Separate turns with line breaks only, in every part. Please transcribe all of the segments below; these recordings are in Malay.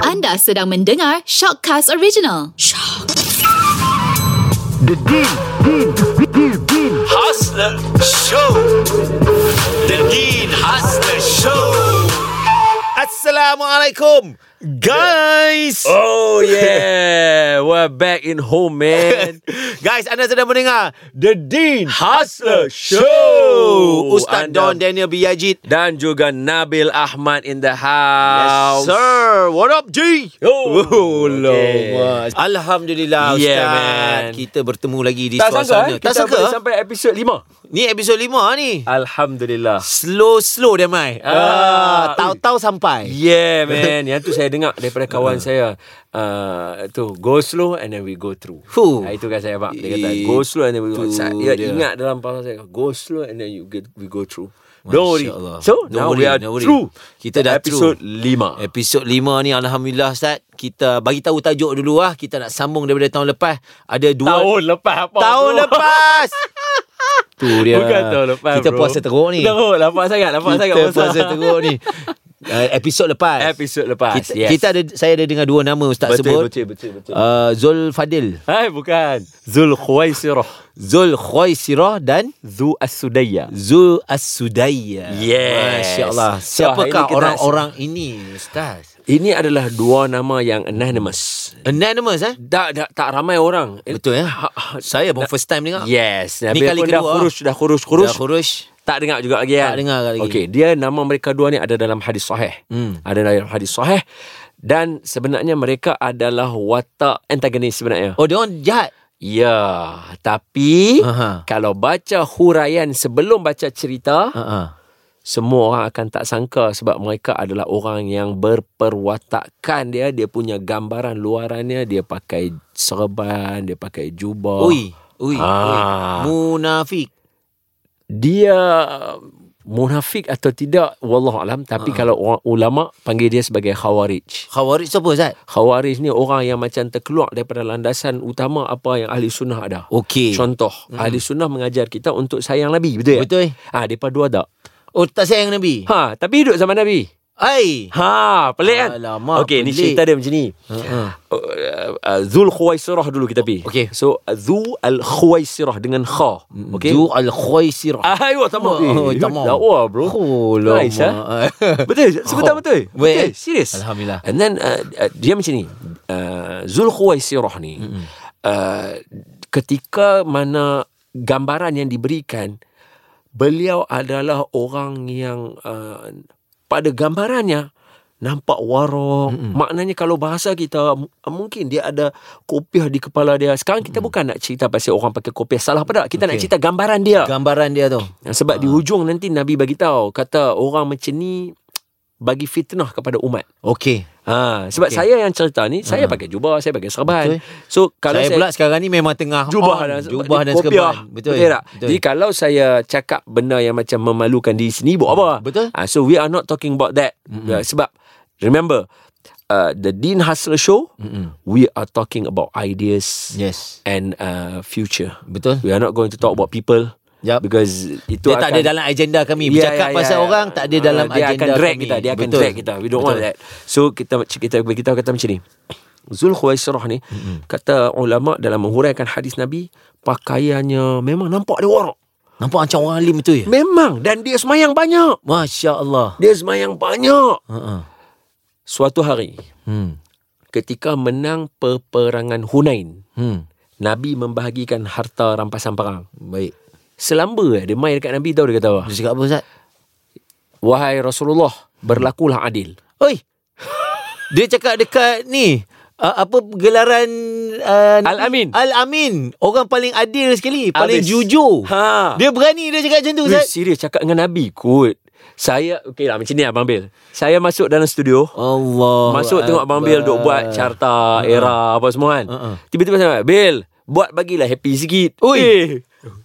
Anda sedang mendengar Shockcast Original.
The Deal Deal Deal Deal
Hustler Show The Dean Hustler Show
Assalamualaikum Guys
Oh
oh.
yeah We're back in home man
Guys anda sedang mendengar The Dean
Hustler
Show
Show
Ustaz Don Daniel Biyajid
Dan juga Nabil Ahmad in the
Yes
house
Um, sir What up G
Oh, okay.
lama. Alhamdulillah Ustaz
Yeah, man.
Kita bertemu lagi di
Tak sangka
suasana
eh? Kita
Tak sangka
boleh sampai episod 5
Ni episod 5 ni
Alhamdulillah
Slow-slow dia mai ah,
Ah,
Tahu-tahu sampai
Yeah man Yang tu saya dengar Daripada kawan
Ah.
saya uh, Tu Go slow And then we go through
Fuh.
Ah, Itu kan saya faham Dia kata go slow And then we go
Itu
through Dia
dia.
ingat dalam kepala saya Go slow And then you get, we go through
Masya
Don't worry
Allah.
So
Don't
now we
worry,
are
don't worry.
through
Kita dah
Episode
through.
5
Ya. Episod 5 ni Alhamdulillah Ustaz Kita bagi tahu tajuk dulu lah Kita nak sambung daripada tahun lepas Ada dua
Tahun lepas apa
Tahun
bro?
lepas Tu dia
Bukan tahun lepas
Kita
bro.
puasa teruk ni
Teruk Lapak sangat Lapak sangat
Kita puasa teruk ni uh, Episod lepas
Episod lepas,
kita,
yes.
kita ada Saya ada dengar dua nama Ustaz
Betul,
sebut
betul, betul, betul.
Uh, Zul Fadil
Hai bukan Zul Khuwaisirah
Zul Khoisirah Dan
Zu As-Sudaya
Zul As-Sudaya
Yes.
Masya Allah
So, hari
Siapakah
ni kita-
orang-orang ini Ustaz
Ini adalah dua nama yang anonymous
Anonymous eh
Tak, tak, tak ramai orang
Betul ya
Ha- ha-
Saya pun first time dengar
Yes
Ni
Nabil
kali
pun
kedua
dah kurus Dah kurus kurus
Dah kurus
Tak dengar juga lagi kan
Tak dengar lagi.
Okey dia nama mereka dua ni Ada dalam hadis sahih hmm. Ada dalam hadis sahih Dan sebenarnya mereka adalah Watak antagonis sebenarnya
Oh dia orang jahat eh?
Ya, tapi
Aha.
kalau baca huraian sebelum baca cerita,
uh-huh.
semua orang akan tak sangka sebab mereka adalah orang yang berperwatakan dia, dia punya gambaran luarannya, dia pakai serban, dia pakai jubah.
Ui Ui,
Ah.
ui. Munafik
Dia munafik atau tidak wallahu alam,
Ah.
tapi kalau orang ulama panggil dia sebagai khawarij.
Khawarij siapa Ustaz?
Khawarij ni orang yang macam terkeluar daripada landasan utama apa yang ahli sunnah ada.
Okey.
Contoh, hmm. ahli sunnah mengajar kita untuk sayang Nabi, betul ya?
Betul. eh?
Ah, depa dua tak.
Oh tak sayang Nabi.
Ha, tapi hidup zaman Nabi.
Ai.
Ha, pelik kan?
Alamak,
Okey, ni
pelik.
cerita dia macam ni.
Uh-uh.
Uh, uh, Zul Khuwaisirah dulu kita pergi.
Okey.
So, uh, Zu Al-Khuwaisirah dengan kha. Okey. Ah,
Zu al-Khuaisir.
Ayuh, tak mau.
Ah, Oh, tak mau.
Dakwah, Eh, Ya, ah, bro.
Oh,
nice, ha?
lama.
betul, sebetul betul.
Weh, eh?
Betul, serius.
Alhamdulillah.
And then, uh, uh, dia macam ni. Uh, Zul Khuwaisirah ni, uh, ketika mana gambaran yang diberikan, beliau adalah orang yang uh, pada gambarannya nampak warok. Mm-hmm. Maknanya kalau bahasa kita m- mungkin dia ada kopiah di kepala dia. Sekarang kita mm-hmm. bukan nak cerita pasal orang pakai kopiah salah pada. Kita okay. nak
Okey.
cerita gambaran dia.
Gambaran dia tu.
Sebab di hujung nanti Nabi bagi tahu kata orang macam ni bagi fitnah kepada umat.
Okey.
Ha, sebab okay.
Okey. Ha.
saya yang cerita ni, saya pakai jubah, saya pakai serban.
Betul.
So kalau
Kalau saya,
saya,
pula sekarang ni memang tengah
jubah
on.
dan
jubah dan
kopiah.
serban.
Betul, betul tak? Betul. Jadi kalau saya cakap benda yang macam memalukan diri sendiri, buat apa?
Betul.
Ah, so we are not talking about that. Mm-hmm. Sebab remember uh, the Dean Hustler show, mm-hmm. we are talking about ideas
Yes.
and uh, future.
Betul.
We are not going to talk about people.
Yup.
Because itu
Dia
akan,
tak
Ya,
ada dalam agenda kami. Eh, Bercakap pasal orang tak ada
Ah,
dalam
dia
agenda
akan drag
kami.
kita, dia akan
Betul.
drag kita. We don't want that. So kita kita kita kata macam ni. Zul Khuwaisirah ni mm-hmm. kata ulama dalam menghuraikan hadis Nabi pakaiannya memang nampak dia warak.
Nampak macam orang alim tu ya.
Memang dan dia semayang banyak.
Masya Allah.
Dia semayang banyak.
Uh-uh.
Suatu hari
Hmm.
ketika menang peperangan Hunain,
Hmm.
Nabi membahagikan harta rampasan perang.
Baik.
Selamba eh, dia main dekat Nabi tahu dia kata apa?
Dia cakap apa Ustaz?
Wahai Rasulullah, berlakulah adil.
Oi. Dia cakap dekat ni uh, apa gelaran uh,
Al-Amin.
Al-Amin. Orang paling adil sekali, paling
Habis.
jujur.
Ha.
Dia berani dia cakap macam tu,
Weh,
Ustaz.
serius cakap dengan Nabi kot. Saya okey lah macam ni Abang Bil. Saya masuk dalam studio.
Allah.
masuk tengok Oh, Abang Uh-huh. Bil duk buat carta era apa semua kan.
Uh-uh.
Tiba-tiba saya Bil, buat bagilah happy sikit. Ui. Eh,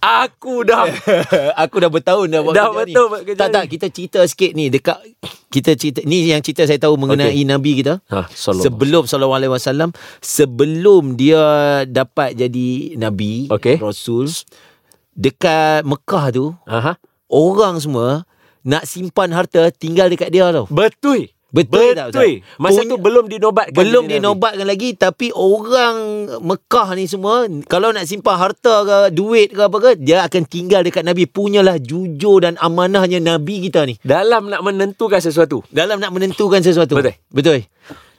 aku dah
Aku dah bertahun dah buat
Dah
kerja ni.
betul buat kerja
Tak tak
ni.
kita cerita sikit ni dekat kita cerita ni yang cerita saya tahu mengenai
Okey.
Nabi kita.
Ha, sallallahu.
sebelum sallallahu alaihi wasallam sebelum dia dapat jadi nabi,
Okey.
rasul dekat Mekah tu
Aha.
orang semua nak simpan harta tinggal dekat dia tau.
Betul.
Betul, tak Ustaz?
Betul. Masa tu belum dinobatkan.
belum
Kan Nabi.
dinobatkan lagi tapi orang Mekah ni semua kalau nak simpan harta ke duit ke apa ke dia akan tinggal dekat Nabi punyalah jujur dan amanahnya Nabi kita ni
Dalam nak menentukan sesuatu.
dalam nak menentukan sesuatu.
Betul.
Betul.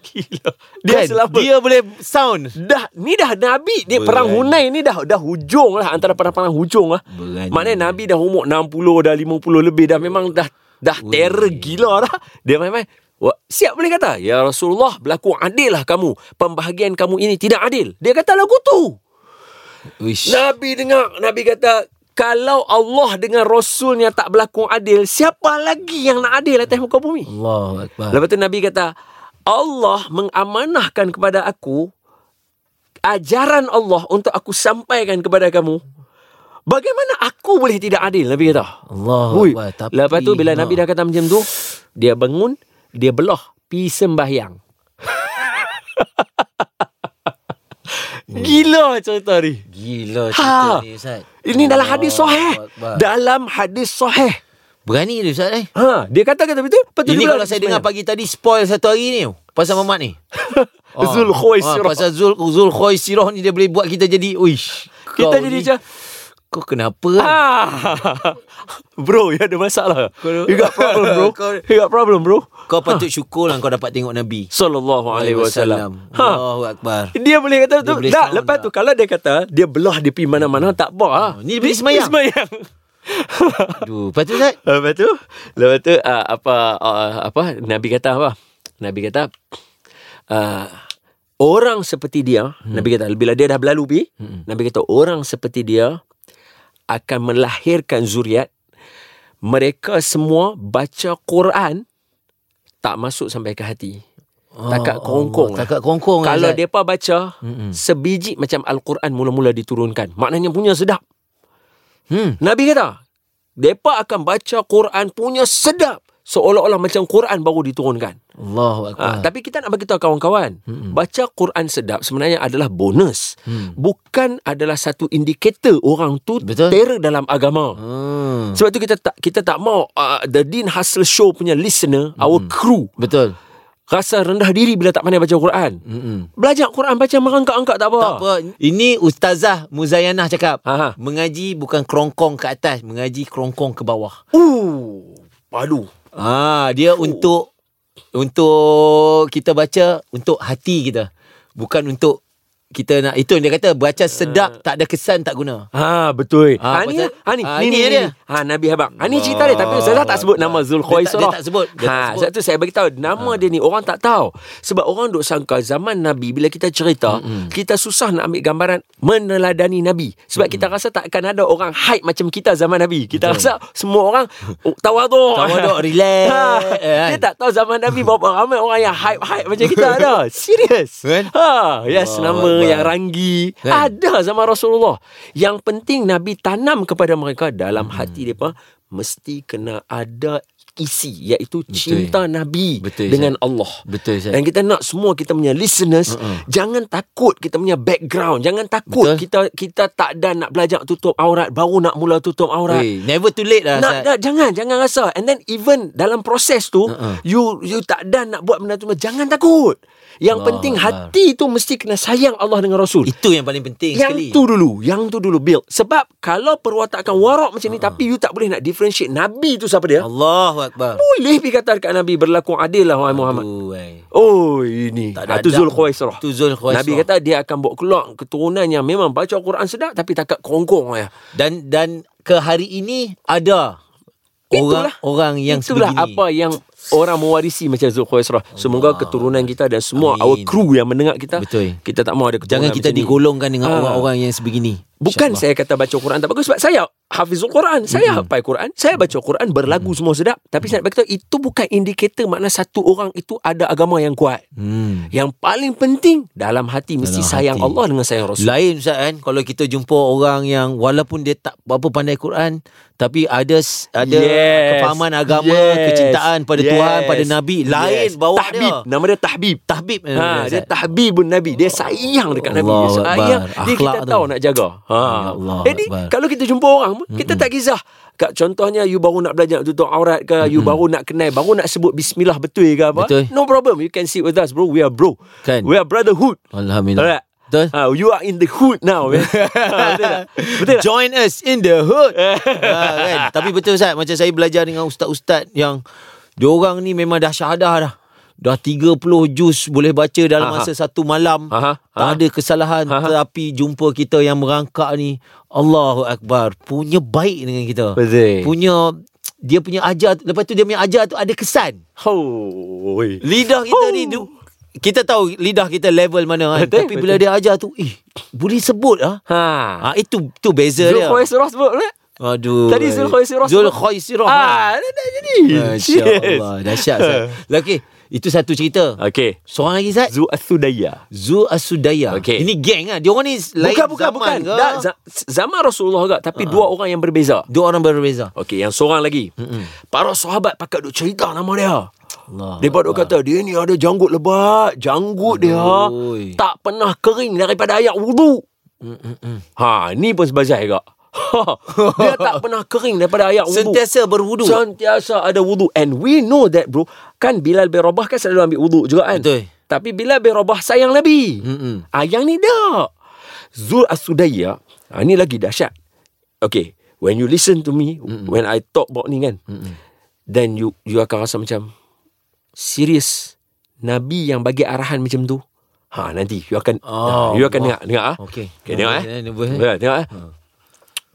Gila. Dia
Kan?
selama
dia boleh sound
dah ni dah nabi dia
Berani.
perang Hunain ni dah dah hujung lah antara perang-perang hujung lah.
Berani.
Maknanya nabi dah umur 60 dah 50 lebih dah memang dah dah terror gila dah. Dia main-main Wah, siap boleh kata Ya Rasulullah berlaku adil lah kamu Pembahagian kamu ini tidak adil Dia kata lagu tu
Uish.
Nabi dengar Nabi kata Kalau Allah dengan Rasulnya tak berlaku adil Siapa lagi yang nak adil atas muka bumi
Allahu akbar.
Ah. Lepas tu Nabi kata, Allah mengamanahkan kepada aku ajaran Allah untuk aku sampaikan kepada kamu. Bagaimana aku boleh tidak adil? Nabi kata.
Allah
Hui.
Akbar. Tapi,
Lepas tu bila
ha.
Nabi dah kata macam tu, dia bangun, dia belah pi sembahyang. Gila cerita ni. Ha.
Gila cerita ni Ustaz.
Ini dalam hadis
Allahu
sahih.
Akbar.
Dalam hadis sahih.
Berani dia Ustaz eh.
Ha, dia kata kata betul. Lepas tu
Ini
dia belah
kalau
pi
saya
sembahyang.
dengar pagi tadi spoil satu hari ni pasal mamat ni. Ah.
Zul Khuwaisirah.
Ah, pasal Zul Zul Khuwaisirah ni dia boleh buat kita jadi uish.
kita
kau
jadi
ni,
macam
kau kenapa? kan?
Ah. Bro, you ada masalah. You got problem, bro.
Kau-
You got problem, bro.
Kau patut syukur lah kau dapat tengok Nabi
Sallallahu Ha. alaihi wasallam. Ha.
Allahu akbar.
Dia boleh kata
Dia
tu.
boleh
Tak,
sound
lepas
tak?
tu kalau dia kata dia belah dia pergi mana-mana tak apa. ha.
Oh, ni dia pergi semayang.
Semayang.
Aduh, patut tak?
lepas tu, lepas tu uh, apa uh, apa Nabi kata apa? Nabi kata uh, orang seperti dia,
Hmm.
Nabi kata bila dia dah berlalu pi, Nabi kata orang seperti dia akan melahirkan zuriat mereka semua baca Quran tak masuk sampai ke hati. Takat kerongkong lah.
Oh, Takat kerongkong lah,
Kalau
Zat. Hmm.
depa baca
Mm-mm.
sebiji macam al-Quran mula-mula diturunkan, maknanya punya sedap.
Hmm.
Nabi kata, depa akan baca Quran punya sedap seolah-olah macam Quran baru diturunkan.
Allahu
Ha,
akbar.
tapi kita nak bagi tahu kawan-kawan,
Mm-mm.
baca Quran sedap sebenarnya adalah bonus.
Hmm.
Bukan adalah satu indikator orang tu
Betul.
terror dalam agama.
Hmm.
Sebab tu kita tak kita tak mau uh, the Din Hustle Show punya listener, our crew
Betul.
rasa rendah diri bila tak pandai baca Quran.
Mm-mm.
Belajar Quran baca merangkak-angkak tak apa.
Tak apa. Ini Ustazah Muzayanah cakap.
Ha, ha.
Mengaji bukan kerongkong ke atas, mengaji kerongkong ke bawah.
Uh, padu.
Ah, dia
Oh.
untuk untuk kita baca untuk hati kita. Bukan untuk kita nak itu yang dia kata baca
Ah.
sedap tak ada kesan tak guna.
Ha betul. Ha,
Ah,
ni
pasal-
ha, ni,
ah,
ni, ni,
ni
ni.
dia.
Ha Nabi Habak. Ha ni cerita dia tapi saya tak sebut nama Zul
Dia tak-
Khuwaisirah.
dia tak sebut. Dia tak
ha
sebut. Ha.
sebab tu saya bagi tahu nama dia ni orang tak tahu. Sebab orang duk sangka zaman Nabi bila kita cerita kita susah nak ambil gambaran meneladani Nabi. Sebab kita rasa tak akan ada orang hype macam kita zaman Nabi. Kita rasa semua orang oh, tawaduk.
Tawaduk, relax, kan?
Eh, Ha, Dia tak tahu zaman Nabi berapa ramai orang yang hype-hype macam kita ada. Serius.
Kan?
Ha yes
Allah
nama
Akbar.
yang ranggi.
Kan?
Ada zaman Rasulullah. Yang penting Nabi tanam kepada mereka
Hmm.
dalam hati mereka mesti kena ada isi iaitu Betul. cinta Nabi
Betul,
dengan Allah.
Betul
Dan kita nak semua kita punya listeners uh-uh. jangan takut kita punya background, jangan takut
Betul.
kita kita tak dan nak belajar tutup aurat baru nak mula tutup aurat.
Weh, never too late lah.
Nak,
Zat.
nak jangan jangan rasa and then even dalam proses tu
Uh-uh.
uh-uh. you you tak dan nak buat benda tu jangan takut. Yang
Allah
penting
Akbar.
hati tu mesti kena sayang Allah dengan Rasul.
Itu yang paling penting
Yang
sekali.
tu dulu Yang tu dulu build Sebab kalau perwatakan warak macam
Ha,
ni Tapi you tak boleh nak differentiate Nabi tu siapa dia
Allahu akbar.
Boleh pergi kata dekat Nabi Berlaku adil lah wahai Muhammad
Tu, eh.
Oh ini
Tak ada
Itu
adab.
Zul Khuwaisrah
Tu Zul Khuwaisrah.
Nabi kata dia akan bawa keluar Keturunan yang memang baca Quran sedap Tapi takat kerongkong ya.
Dan dan ke hari ini ada
Itulah.
orang-orang yang
Itulah
sebegini.
apa yang Orang mewarisi macam Zul Khuwaisrah Semoga keturunan kita Dan semua
Amin.
our crew yang mendengar kita
Betul.
Kita tak mau ada keturunan
Jangan kita
macam ni.
digolongkan dengan
Ah.
orang-orang yang sebegini.
Bukan
InsyaAllah.
saya kata baca Quran tak bagus sebab saya hafizul Quran, saya mm-hmm. hafal Quran, saya baca Quran berlagu semua sedap. Tapi saya nak beritahu itu bukan indikator makna satu orang itu ada agama yang kuat.
Hmm.
Yang paling penting dalam hati mesti
Dalam
sayang
hati.
Allah dengan sayang Rasul.
Lain Ustaz kan Kalau kita jumpa orang yang Walaupun dia tak apa pandai Quran Tapi ada s- Ada
Yes.
kefahaman agama
Yes.
Kecintaan pada
Yes.
Tuhan Pada Nabi Lain eh,
Yes.
bawa
tahbib.
dia
Nama dia tahbib.
Tahbib
Ha, dia Ha, tahbibun Nabi. Dia sayang dekat Nabi. Dia
Allahu
sayang.
Akbar.
Dia kita
Akhlak tu.
tahu nak jaga. Ha.
Ya Allah,
Jadi
Akbar.
kalau kita jumpa orang pun kita tak kisah. Kat contohnya you baru nak belajar nak tutup aurat ke, you baru nak kenal, baru nak sebut bismillah betul ke apa.
Betul.
No problem. You can sit with us bro. We are bro.
Kan.
We are brotherhood.
Alhamdulillah.
Alright.
Betul?
Ha, you are in the hood now. man. Ha, betul tak? Betul tak?
Join us in the hood. ha, kan? Tapi betul Ustaz, macam saya belajar dengan ustaz-ustaz yang diorang ni memang dah syahadah dah. Dah 30 juz boleh baca dalam
Aha.
masa satu malam.
Aha,
Tak
aha.
ada kesalahan
Aha.
tetapi jumpa kita yang merangkak ni Allahu akbar. Punya baik dengan kita.
Betul.
Punya dia punya ajar lepas tu dia punya ajar tu ada kesan. Oh.
Oh. oi.
Lidah kita ni du- kita tahu lidah kita level mana kan.
Betul,
Tapi bila
betul.
dia ajar tu, eh boleh sebut ah.
Ha.
Ah itu tu beza dia.
Zulkhoy Surah sebut boleh?
Aduh.
Tadi Zulkhoisirah sebut.
Zulkhoisirah.
Ah, dah dah jadi.
Masya Allah. ha. Dahsyat. Ustaz. Lagi. Itu satu cerita.
Okey.
Seorang lagi Zat.
Zu As-Sudaya.
Zu Asudaya.
Okey.
Ini geng ah. Dia orang ni lain
Bukan bukan
zaman
bukan.
ke? Ah.
Dah, za- zaman Rasulullah juga tapi dua orang yang berbeza.
Dua orang berbeza.
Okey, yang seorang lagi. Mm-mm. Para sahabat pakat duk cerita nama dia.
Allah.
Dia duk kata dia ni ada janggut lebat, janggut
Oi.
dia tak pernah kering daripada air wudu. Ha, ni pun sebazai juga. Ha, dia tak pernah kering daripada air wudu.
Sentiasa berwudu.
Sentiasa ada wudu And we know that bro Kan Bilal bin Rabah kan selalu ambil wudu juga kan
Betul.
Tapi Bilal bin Rabah sayang Nabi
Mm-mm.
ah, Yang ni tak Zul As-Sudaya ah, Ni lagi dahsyat Okay When you listen to me Mm-mm. When I talk about ni kan Mm-mm. Then you you akan rasa macam Serius Nabi yang bagi arahan macam tu Ha nanti you akan
Oh,
you akan dengar
Allah.
dengar ah.
Okey.
Okay, tengok eh.
Nervous, nervous, eh.
Tengok, tengok eh.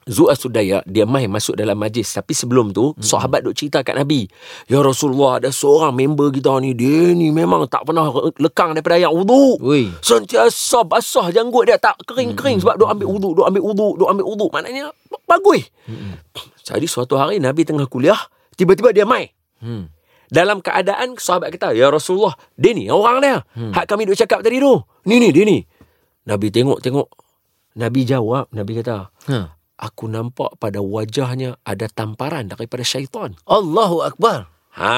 Zu'ah Sudaya dia mai masuk dalam majlis tapi sebelum tu hmm. sahabat duk cerita kat Nabi ya Rasulullah ada seorang member kita ni dia ni memang tak pernah lekang daripada air wudu
Ui.
sentiasa basah janggut dia tak kering-kering sebab duk ambil wudu duk ambil wudu duk ambil wudu maknanya bagus hmm. jadi suatu hari Nabi tengah kuliah tiba-tiba dia mai
Hmm.
dalam keadaan sahabat kata ya Rasulullah dia ni orang dia hmm. hak kami duk cakap tadi tu ni ni dia ni Nabi tengok tengok Nabi jawab Nabi kata
Ha.
aku nampak pada wajahnya ada tamparan daripada syaitan.
Allahu akbar.
Ha.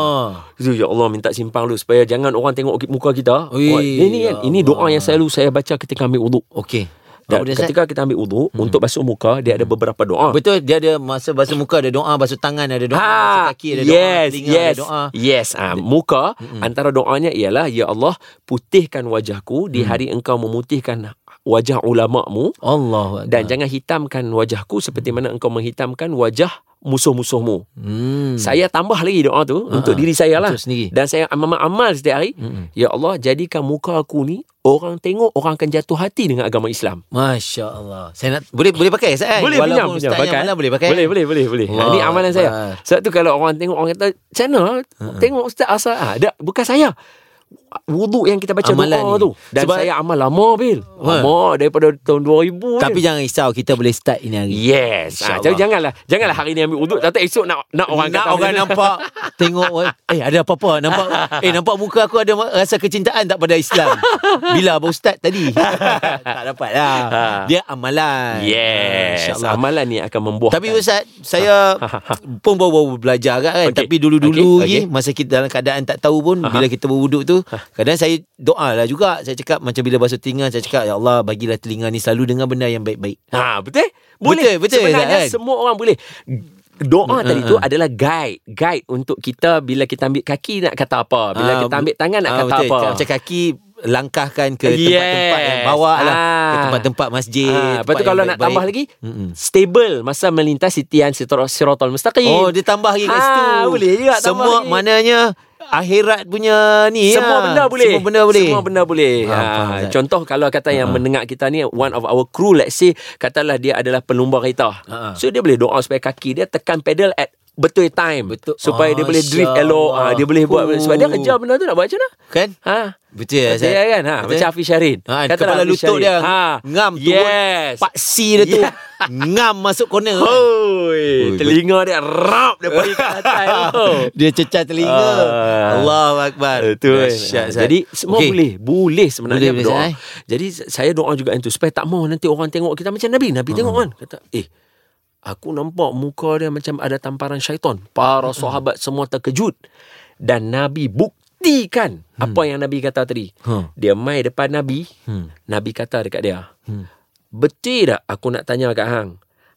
Ah.
Itu ya Allah minta simpang dulu supaya jangan orang tengok muka kita.
Ui,
Wah, ini kan,
ya
ini doa
Allah.
yang selalu saya baca ketika ambil wuduk.
Okey.
Dan
Apa dia, Ustaz? Hmm.
ketika kita ambil wuduk hmm. untuk basuh muka dia ada beberapa doa.
Betul dia ada masa basuh muka ada doa, basuh tangan ada doa, basuh
Ha,
kaki ada doa,
yes,
telinga
yes,
ada doa. Hmm.
yes. Ha, muka mm antara doanya ialah ya Allah putihkan wajahku di
Hmm.
hari engkau memutihkan wajah ulamamu
Allahu akbar.
dan jangan hitamkan wajahku seperti mana engkau menghitamkan wajah musuh-musuhmu.
hmm. Ah,
Saya tambah lagi doa tu untuk diri saya lah.
Untuk sendiri.
Dan saya amal amal setiap hari.
Mm-mm.
Ya Allah, jadikan muka aku ni orang tengok orang akan jatuh hati dengan agama Islam.
Masya Allah. Saya nak boleh boleh pakai Ustaz kan? Walaupun Ustaz yang malam boleh pakai.
Boleh, boleh, boleh, boleh. Ha,
Allah
ni amalan saya.
Akbar.
Sebab tu kalau orang tengok orang kata, "Macam mana? ah?"
Ha,
Tengok Ustaz asal." Ah, dah, bukan saya. Wuduk yang kita baca
Amalan
doa
ni.
tu. Dan
Sebab-
Sebab saya amal lama, Bil.
Ha.
Lama daripada tahun 2000.
Tapi
Bil.
jangan risau kita boleh start ini hari.
Yes. Ah,
InsyaAllah.
jadi janganlah. Janganlah hari ni ambil wuduk. Tak tahu esok nak nak orang
nak
kata macam
orang
tu.
nampak tengok wah, eh ada apa-apa nampak eh nampak muka aku ada ma- rasa kecintaan tak pada Islam. Bila abang ustaz tadi. tak dapat lah. Dia amalan.
Ha.
Ha,
Yes.
Ah, Insya-Allah.
Amalan ni akan membuahkan.
Tapi Ustaz, saya pun baru-baru belajar agak kan.
Okey.
Tapi dulu-dulu
Okey,
okay. masa kita dalam keadaan tak tahu pun, bila kita berwuduk tu, kadang saya doa lah juga. Saya cakap macam bila basuh telinga, saya cakap, Ya Allah, bagilah telinga ni selalu dengar benda yang baik-baik.
Ha, betul? Boleh.
Betul, betul,
Sebenarnya
Zat, kan?
semua orang boleh. Doa tadi tu adalah guide. Guide untuk kita bila kita ambil kaki nak kata apa. Bila
Ah,
kita ambil tangan nak
ah,
kata
betul.
apa.
Macam kaki langkahkan ke tempat-tempat yang
Yes.
bawa lah. Ke
Ah.
tempat-tempat masjid.
Ah, lepas tu
tempat
kalau
yang
nak
baik-baik.
tambah lagi,
Mm-mm.
stable masa melintasi tian sitor- sirotol mustaqim.
Oh, dia tambah lagi kat
Ah,
situ.
boleh juga tambah
Semua
lagi.
maknanya akhirat punya ni
Semua
lah.
benda boleh.
Semua benda boleh.
Semua benda boleh.
Ah,
Ha,
faham, Ha. Zat.
contoh kalau kata yang mendengar kita ni one of our crew let's say katalah dia adalah pelumba kereta.
Ah, ah.
So dia boleh doa supaya kaki dia tekan pedal at betul time.
Betul.
Supaya dia boleh
Masya
drift elok. Ha, dia boleh buat
Allah.
sebab dia kerja benda tu nak buat macam mana?
Kan?
Ha.
Betul ya,
Betul
Zat?
kan ha,
Betul.
Macam Hafiz Syahrin
Ha,
Katalah
kepala
Hafiz
lutut
Syahrin.
dia ngam turun.
Yes
Paksi dia tu
Yeah.
ngam masuk corner. kan?
Hoi,
Ui,
telinga dia rap dia pergi ke atas tu.
Dia cecah telinga.
Ah.
Allahu akbar.
Betul.
Dahsyat, Zat.
Jadi semua
Okey.
okay. boleh, boleh sebenarnya
Boleh,
boleh, berdoa.
boleh, Zat, eh?
Boleh, Jadi saya doa juga itu supaya tak mau nanti orang tengok kita macam Nabi. Nabi
Hmm.
tengok kan kata, "Eh, aku nampak muka dia macam ada tamparan syaitan."
Hmm.
Para sahabat semua terkejut dan Nabi buktikan apa yang Nabi kata tadi.
Hmm.
Dia mai depan Nabi. Nabi kata dekat dia, Betul tak aku nak tanya kat Hang?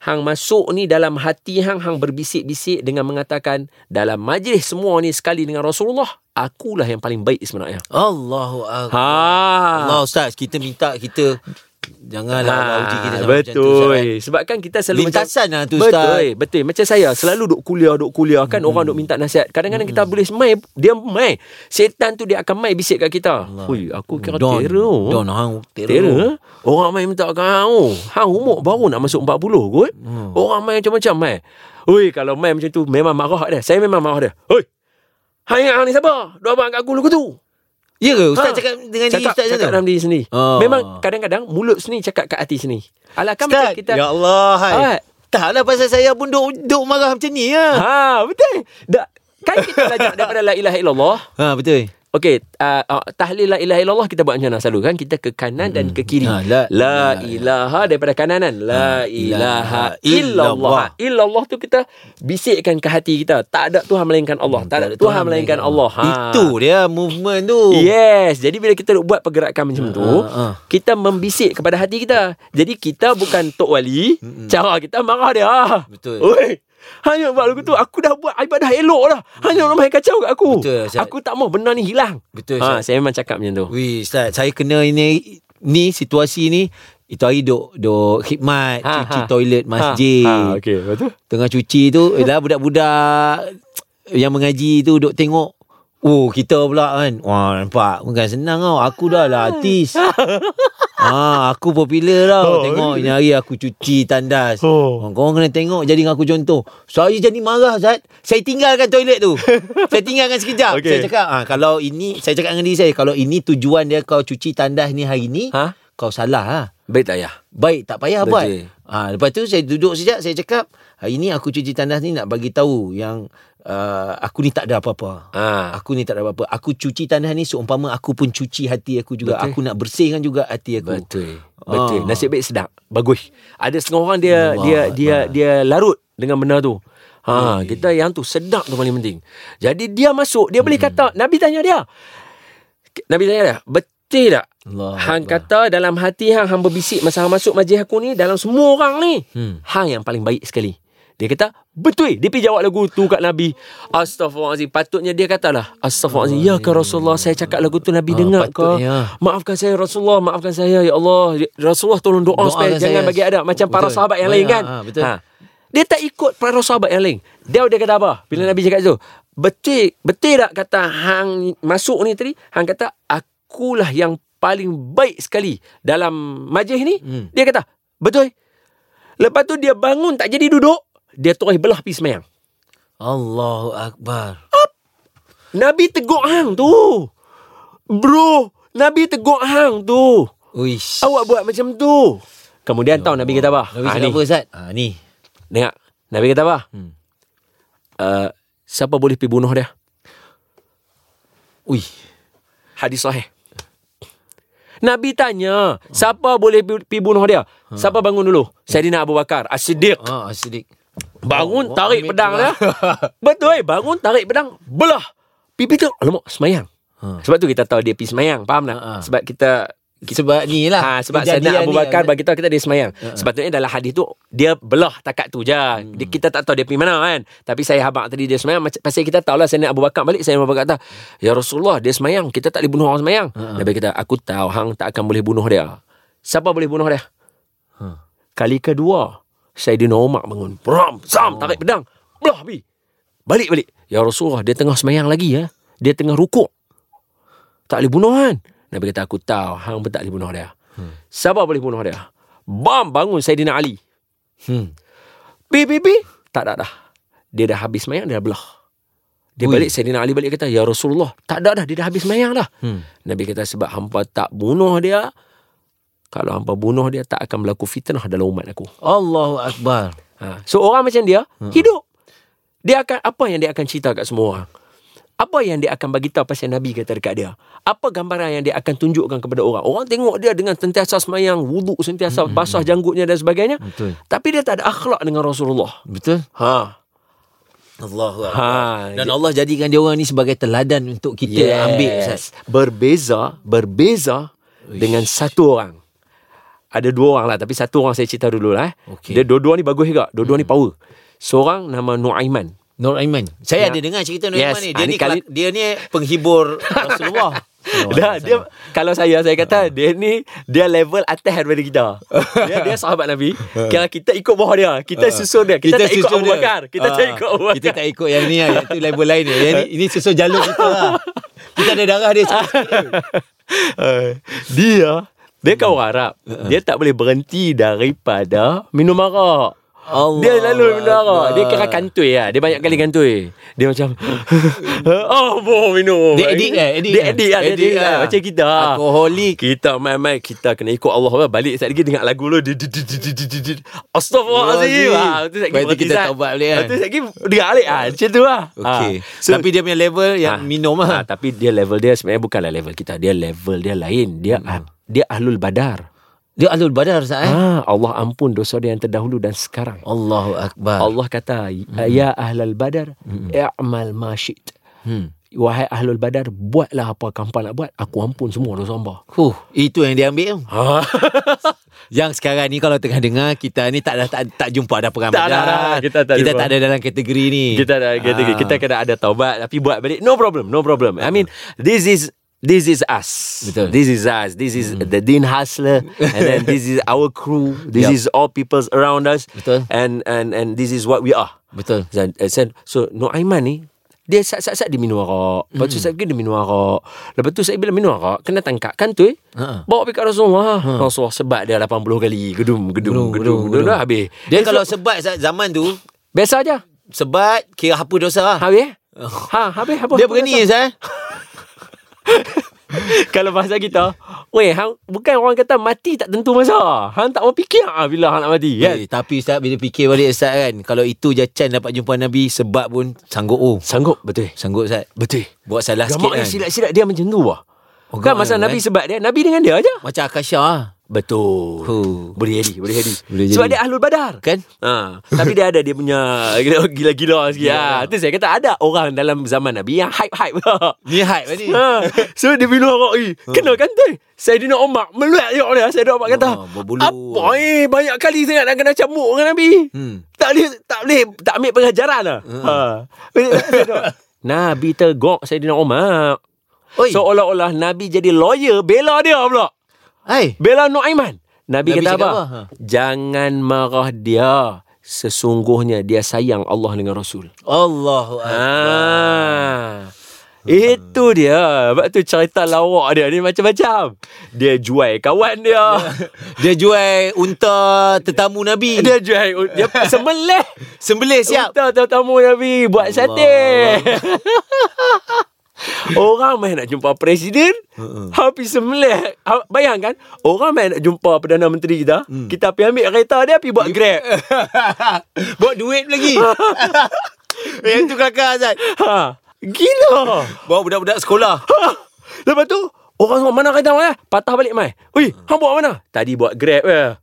Hang masuk ni dalam hati Hang, Hang berbisik-bisik dengan mengatakan dalam majlis semua ni sekali dengan Rasulullah, akulah yang paling baik sebenarnya.
Allahu akbar.
Ha.
Allah Ustaz, kita minta kita janganlah Allah uji kita
Ha, Ah,
sampai macam tu,
betul.
Ustaz, kan?
Sebab kan kita selalu
Lintasan lah tu
betul,
Ustaz. Hmm.
Betul, betul. Macam saya selalu duk kuliah, duk kuliah kan orang duk minta nasihat. Kadang-kadang kita boleh mai, dia mai. Setan tu dia akan mai bisik kat kita. Hui, aku kira
Don,
terror.
Don, hang terror.
Terror Orang main minta kau Hang umur baru nak masuk 40 kot
Ha.
hmm. Orang main macam-macam main Ui kalau main macam tu Memang marah dia Saya memang marah dia Ui Hang ingat hang ni siapa Dua abang kat aku dulu tu
Ya ke Ustaz
Ha.
cakap dengan diri
cakap,
Ustaz macam
cakap
tu?
dalam diri sendiri
Ah.
Memang kadang-kadang Mulut sini cakap kat hati sini Alah kan
Ustaz,
macam kita
Ya Allah. Hai.
Hai.
Taklah pasal saya pun duk, duk marah macam ni ya.
Ha betul Dah Kan kita belajar daripada La ilaha illallah
Ha, betul.
Okey, uh, uh, tahlil la ilaha illallah kita buat macam mana selalu kan? Kita ke kanan dan ke kiri.
Ha, la-
la
la-
ilaha daripada kanan kan? La ilaha
ilaha illallah.
illallah. Illallah tu kita bisikkan ke hati kita. Tak ada Tuhan melainkan Allah. Tak ada Tuhan melainkan Allah. Ha.
Itu dia movement tu.
Yes, jadi bila kita buat pergerakan macam tu,
ha.
kita membisik kepada hati kita. Jadi kita bukan tok wali, cara kita marah dia. Ah.
Betul.
Oi. Hanya buat lagu tu Aku dah buat ibadah elok dah Hanya orang main kacau kat aku
Mm. Betul, Syed.
Aku tak mau benda ni hilang
Betul,
ha,
Syed.
Saya memang cakap macam tu
Wih, Ustaz, saya kena ini ni situasi ni itu hari duk duk khidmat
Ha,
ha, cuci
ha.
ha. toilet
ha,
masjid. Ha, ha, okay.
okay. Lepas tu
Tengah cuci tu, ialah budak-budak yang mengaji tu duk tengok Oh kita pula kan Wah nampak Bukan senang tau Aku dah lah artis ha, Aku popular tau oh, Tengok ni hari aku cuci tandas oh. Korang kena tengok Jadi aku contoh Saya jadi marah Zat Saya tinggalkan toilet tu Saya tinggalkan sekejap
Okay.
okay. Saya cakap ha, Kalau ini Saya cakap dengan diri saya Kalau ini tujuan dia Kau cuci tandas ni hari ni
Ha?
ha? Kau salah ha?
Baik tak ya
Baik tak payah
Betul.
buat ha, Lepas tu saya duduk sekejap Saya cakap Hari ni aku cuci tandas ni Nak bagi tahu Yang uh, Aku ni tak ada apa-apa
ha.
Aku ni tak ada apa-apa Aku cuci tandas ni Seumpama aku pun cuci hati aku
Betul.
juga Betul. Aku nak bersihkan juga hati aku
Betul Betul
Ah.
Nasib baik sedap Bagus Ada setengah orang dia
Allah
Dia dia
Akbar.
dia larut Dengan benda tu Ha, kita yang tu sedap tu paling penting. Jadi dia masuk, dia boleh kata, Nabi tanya dia. Nabi tanya dia, betul tak?
Allah
Hang kata dalam hati hang hang berbisik masa hang masuk majlis aku ni dalam semua orang ni. Hmm.
Hmm.
Hang yang paling baik sekali. Dia kata, betul. Dia pergi jawab lagu tu kat Nabi. Astaghfirullahalazim. Patutnya dia katalah, Astaghfirullahalazim. Ya ke Rasulullah, saya cakap lagu tu Nabi
Ah,
dengar ke?
patutnya.
Maafkan saya Rasulullah, maafkan saya ya Allah. Rasulullah tolong doa
Doakan
supaya jangan
saya.
bagi ada macam para
Betul.
sahabat yang
Ah,
lain
ya,
kan.
ah, betul.
Dia tak ikut para sahabat yang lain. Dia dia kata apa?
Hmm.
Bila Nabi cakap tu, betul betul tak kata hang masuk ni tadi, hang kata akulah yang paling baik sekali dalam majlis ni. Hmm.
Hmm.
Dia kata, betul. Lepas tu dia bangun tak jadi duduk, dia terus belah pergi semayang.
Allahu Akbar
Nabi tegur hang tu. Bro, Nabi tegur hang tu.
Uish
Awak buat macam tu. Kemudian tahu Nabi kata apa?
Ya Nabi
Ha,
cakap
ni.
apa Ustaz? Ha, ni
Dengar. Nabi kata apa? Hmm. Uh, siapa boleh pergi bunuh dia?
Ui
Hadis sahih. Nabi tanya, siapa boleh pi- pergi bunuh dia? Siapa bangun dulu? Saidina Abu Bakar, As-Siddiq.
Ha, Siddiq
Bangun,
Allah,
tarik
ambil
pedang dia.
pedang.
Betul, eh? bangun, tarik pedang, belah. Pipi tu, alamak, semayang.
Ha.
Sebab tu kita tahu dia pergi semayang, faham tak?
Ha, ha.
Sebab kita
Sebab ni
Ha,
lah
sebab Sayyidina
kejadian
Abu
ni.
Bakar bagi tahu kita dia semayang. Uh-huh. Sepatutnya dalam hadis tu dia belah takat tu je. Hmm. Dia, kita tak tahu dia pergi mana kan. Tapi saya habaq tadi dia semayang macam pasal kita tahulah Sayyidina Abu Bakar balik Sayyidina Abu Bakar kata, "Ya Rasulullah, dia semayang. Kita tak boleh bunuh orang semayang." Uh-huh. Nabi kata, "Aku tahu hang tak akan boleh bunuh dia." Siapa boleh bunuh dia?
Huh.
Kali kedua, Sayyidina Umar bangun. Pram, sam, tarik pedang. Belah bi. Balik-balik. Ya Rasulullah, dia tengah semayang lagi ya. Dia tengah rukuk. Tak boleh bunuh kan? Nabi kata aku tahu hang pun tak boleh bunuh dia. Hmm. Siapa boleh bunuh dia? Bam bangun Saidina Ali.
Hmm.
Pi pi pi tak ada dah. Dia dah habis mayang dia dah belah. Dia
Ui.
balik Saidina Ali balik kata ya Rasulullah tak ada dah dia dah habis mayang dah.
Hmm.
Nabi kata sebab hampa tak bunuh dia kalau hampa bunuh dia tak akan berlaku fitnah dalam umat aku.
Allahu Akbar
Ha. So orang macam dia
Ha.
hidup. Dia akan apa yang dia akan cerita kat semua orang. Apa yang dia akan bagi tahu pasal Nabi kata dekat dia? Apa gambaran yang dia akan tunjukkan kepada orang? Orang tengok dia dengan sentiasa semayang, wuduk sentiasa, basah janggutnya dan sebagainya.
Hmm. Betul.
Tapi dia tak ada akhlak dengan Rasulullah.
Betul
Ha.
Allahu Akbar
Ha.
Dan Allah jadikan dia orang ni sebagai teladan untuk kita yes. ambil Ustaz.
Berbeza, berbeza dengan satu orang. ada dua orang lah tapi satu orang saya cerita dulu lah eh.
Okey. Hmm.
Dia dua-dua ni bagus juga. Dua-dua ni power. Seorang nama Nuaiman.
Nur Aiman.
Ya.
Saya ada dengar cerita Nur
Yes.
Aiman ni.
Ah,
Dia
ni
ni
kali-
kali... dia ni penghibur Rasulullah.
Dah dia kalau saya saya
Ah.
kata dia ni dia level atas daripada kita. dia dia sahabat Nabi. Kira kita ikut bawah dia. Kita susun dia. Kita, tak ikut
Ah. susun
Abu
dia.
Bakar. Kita tak
Ah,
ikut Abu Bakar.
Kita tak ikut yang ni lah. Yang tu level lain ni. Yang ni, ini susun jalur kita lah. Kita ada darah dia sikit-sikit.
Eh, dia dia kan orang Arab.
Ah.
Dia tak boleh berhenti daripada minum arak.
Allah
dia lalu minum arak. Dia
Akbar.
kira kantoi lah. Dia banyak kali kantoi. Dia macam oh boh minum.
Dia addict eh, addict
Dia
eh.
addict lah. Dia
Addict
addict lah.
lah.
Macam kita.
Alkoholik.
Kita main-main kita kena ikut Allah ya. balik sekali lagi dengar lagu lu. Di- di- di- di- di- di- di- di. Astaghfirullahalazim.
Astaghfirullahalazim.
Ah, tu sekali
Lepas tu
berhenti,
kita
Zat.
taubat balik kan.
Lepas tu sekali dengar balik ah. Macam tu lah.
Okay.
Ah.
So, Tapi dia punya level yang
Ah.
minum
Ah,
lah.
tapi dia level dia sebenarnya bukanlah level kita. Dia level dia lain. Dia ah- dia ahlul badar.
Dia alul badar saat Hmm. eh?
Ah, Allah ampun dosa dia yang terdahulu dan sekarang.
Allahu Akbar.
Allah kata, "Ya ahlal badar, i'mal ma syi't."
Hmm.
Wahai ahlul badar, buatlah apa kamu nak buat. Aku ampun semua dosa hamba.
Huh, itu yang dia ambil. tu.
Ah.
Yang sekarang ni kalau tengah dengar kita ni tak ada tak, tak jumpa ada perang
Tak ada,
badar.
dah. Kita tak
kita
jumpa.
tak ada dalam kategori ni.
kita dah kita,
Ah.
kita kena ada taubat tapi buat balik no problem no problem i mean this is This is us.
Betul.
This is us. This is the Dean Hustler, and then this is our crew. This
Yup.
is all peoples around us.
Betul.
And and and this is what we are.
Betul.
Dan, eh, sen- So Nuaiman ni dia sat-sat-sat dia minum arak. Lepas
Hmm.
tu saya pergi dia minum arak. Lepas tu saya bila minum arak kena tangkap kan tu eh.
Ha.
Bawa pergi kat Rasulullah. Rasulullah sebat dia 80 kali. Gedum gedum gedum gedum,
gedum, gedum.
dah habis.
Dia
Esok-
kalau sebat saat zaman tu
biasa aja.
sebat kira hapus dosa lah.
Habis? Ha, habis apa?
Dia berani eh? saya.
Kalau bahasa kita Weh hang, Bukan orang kata Mati tak tentu masa Hang tak mau fikir ah, Bila hang nak mati kan
Eh, tapi Ustaz bila fikir balik Ustaz kan Kalau itu je Chan dapat jumpa Nabi Sebab pun sanggup oh
Sanggup betul
Sanggup Ustaz
Betul
Buat salah
Gamak
sikit
ni
kan
silap-silap dia macam tu lah
Oh,
Kan
gamak
masa
dia,
Nabi
eh?
sebab dia Nabi dengan dia aja
Macam Akasha lah
Betul
Huh.
Boleh jadi Boleh jadi
Boleh
Sebab
jadi.
dia ahlul badar
Kan
Ha, tapi dia ada dia punya gila-gila sikit.
Ya.
Ha, tu saya kata ada orang dalam zaman Nabi yang hype-hype.
Ni hype lah ni
ha. So dia minum arak ni
Ha.
Kena kan tu Saidina Omar Meluat tengok dia Saidina Omar kata
Ah, berbulu.
Apa eh Banyak kali sangat nak kena camuk dengan Nabi
Hmm.
Tak boleh Tak boleh Tak ambil pengajaran lah ha. Nabi tergok Saidina Omar
Oi.
Seolah-olah Nabi jadi lawyer Bela dia pula
Hai
Bela Nuaiman Nabi,
Nabi
kata apa?
cakap apa? Ha.
Jangan marah dia Sesungguhnya dia sayang Allah dengan Rasul
Allahu Akbar
Ah. Itu dia. Sebab tu cerita lawak dia ni macam-macam. Dia jual kawan dia.
Dia jual unta tetamu Nabi
dia jual dia sembelih.
Sembelih siap
Siap. Tahu tamu Nabi buat
Allah.
sate. Orang main nak jumpa presiden Habis sembelih Ha, Bayangkan Orang main nak jumpa Perdana Menteri kita
Mm.
Kita pergi ambil kereta dia Pergi buat grab
Buat duit lagi Yang tu kelakar Azad
ha. Gila
Bawa budak-budak sekolah
Ha! Lepas tu Orang semua mana kereta mana Patah balik mai Ui Hang buat mana Tadi buat grab eh.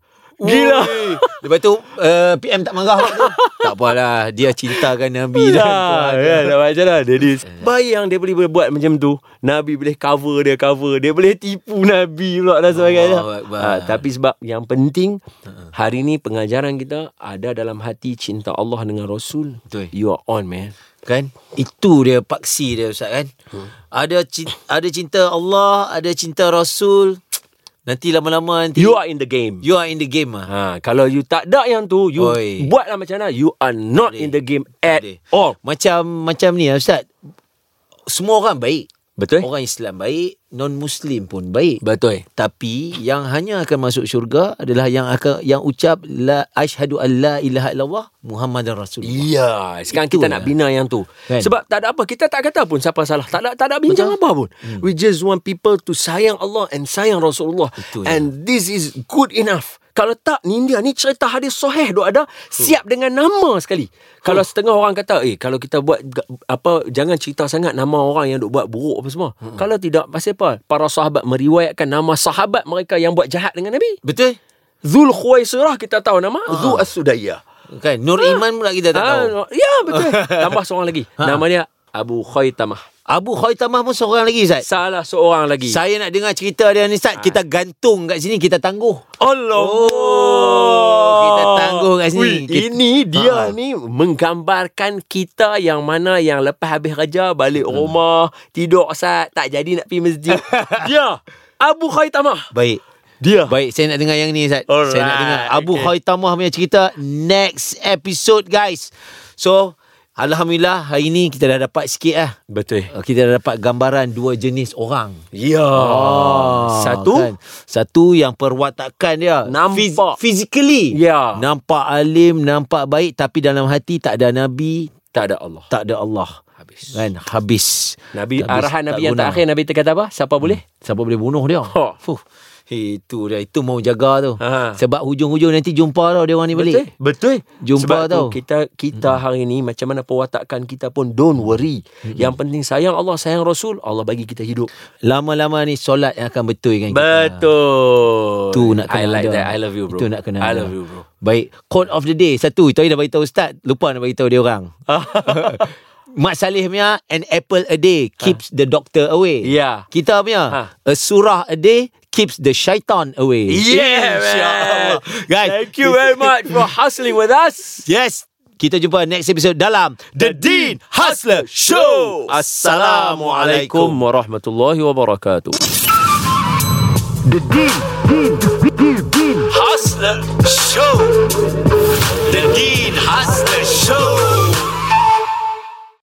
Gila
Ui. Lepas tu uh, PM tak marah waktu tu. Tak apalah Dia cintakan Nabi dan
Gila
Tuhan.
ya, dah Macam lah Jadi Bayang dia boleh buat macam tu Nabi boleh cover dia cover Dia boleh tipu Nabi pula dan sebagainya Ha,
Allahu Akbar.
Tapi sebab yang penting Hari ni pengajaran kita Ada dalam hati cinta Allah dengan Rasul
Betul.
You are on man
Kan Itu dia paksi dia Ustaz kan hmm. Ada cinta, ada cinta Allah Ada cinta Rasul Nanti lama-lama nanti
You are in the game
you are in the game lah
Ha, kalau you tak ada yang tu You
Oi.
buatlah macam mana You are not in the game at
Boleh.
all
Macam macam ni lah Ustaz Semua orang baik
Betul
Orang Islam baik Non-Muslim pun baik
Betul
Tapi yang hanya akan masuk syurga adalah yang akan yang ucap la asyhadu an la ilaha illallah Muhammadar
Ya,
Rasulullah.
sekarang
Itu
kita
lah.
nak bina yang tu.
Kan?
Sebab tak ada apa, kita tak kata pun siapa salah. Tak ada tak ada bincang apa pun. We just want people to sayang Allah and sayang Rasulullah.
Itu
and this is good enough. Kalau tak ni dia ni cerita hadis sahih duk ada siap dengan nama sekali. Kalau setengah orang kata, "Eh, kalau kita buat ga- apa jangan cerita sangat nama orang yang duk buat buruk apa semua." Kalau tidak pasal apa? Para sahabat meriwayatkan nama sahabat mereka yang buat jahat dengan Nabi.
Betul?
Zul Khuwaisirah kita tahu nama, Zul As-Sudayyah.
Ah. Kan Nur Iman pula kita tak tahu. Ha.
Ah, Ya betul Tambah seorang lagi Nama dia Abu Khaitamah
Abu Khaitamah pun seorang lagi Ustaz.
Salah seorang lagi.
Saya nak dengar cerita dia ni Ustaz. Kita gantung kat sini kita tangguh.
Allah.
Oh, kita tangguh kat sini.
Wih,
Kita-
ini dia
Ha.
ni menggambarkan kita yang mana yang lepas habis kerja balik rumah, tidur sat, tak jadi nak pergi masjid. dia Abu Khaitamah.
Baik.
Dia.
Baik, saya nak dengar yang ni Ustaz.
Alright,
Saya nak dengar Abu
okay.
okay. Khaitamah punya cerita next episode guys. So, alhamdulillah hari ni kita dah dapat sikit lah.
Betul.
Uh, Kita dah dapat gambaran dua jenis orang.
Ya. Satu
kan? Satu yang perwatakan dia
Nampak.
physically
Ya.
Nampak alim Nampak baik Tapi dalam hati tak ada Nabi
tak ada Allah.
Tak ada Allah
Habis.
Kan habis
Nabi
Habis,
arahan Nabi
tak
yang
guna.
terakhir Nabi terkata apa? Siapa boleh?
Siapa boleh bunuh dia
Ha.
Fuh. Itu dia Itu mau jaga tu
Ha.
Sebab hujung-hujung nanti jumpa tau Dia orang ni balik
Betul. Sebab
Jumpa tau.
tu kita kita hari ni macam mana perwatakan kita pun don't worry. Yang penting sayang Allah, sayang Rasul, Allah bagi kita hidup.
Lama-lama ni Solat yang akan betul kan
Betul.
Tu nak kena
I like
ada.
that. I love you bro.
Itu nak kena
I
ada.
love you bro.
Baik Quote of the day Satu Itu saya dah beritahu Ustaz Lupa nak beritahu dia orang
Ha.
Mat Saleh punya An apple a day Keeps the doctor away
Ha. Ya.
Kita punya
Ha.
A surah a day Keeps the shaitan away
Yeah,
InsyaAllah.
man.
Guys
Thank you very much for hustling with us.
Yes Kita jumpa next episode dalam The Dean Hustler Show Assalamualaikum
warahmatullahi wabarakatuh.
The Dean, Dean, Dean, Dean.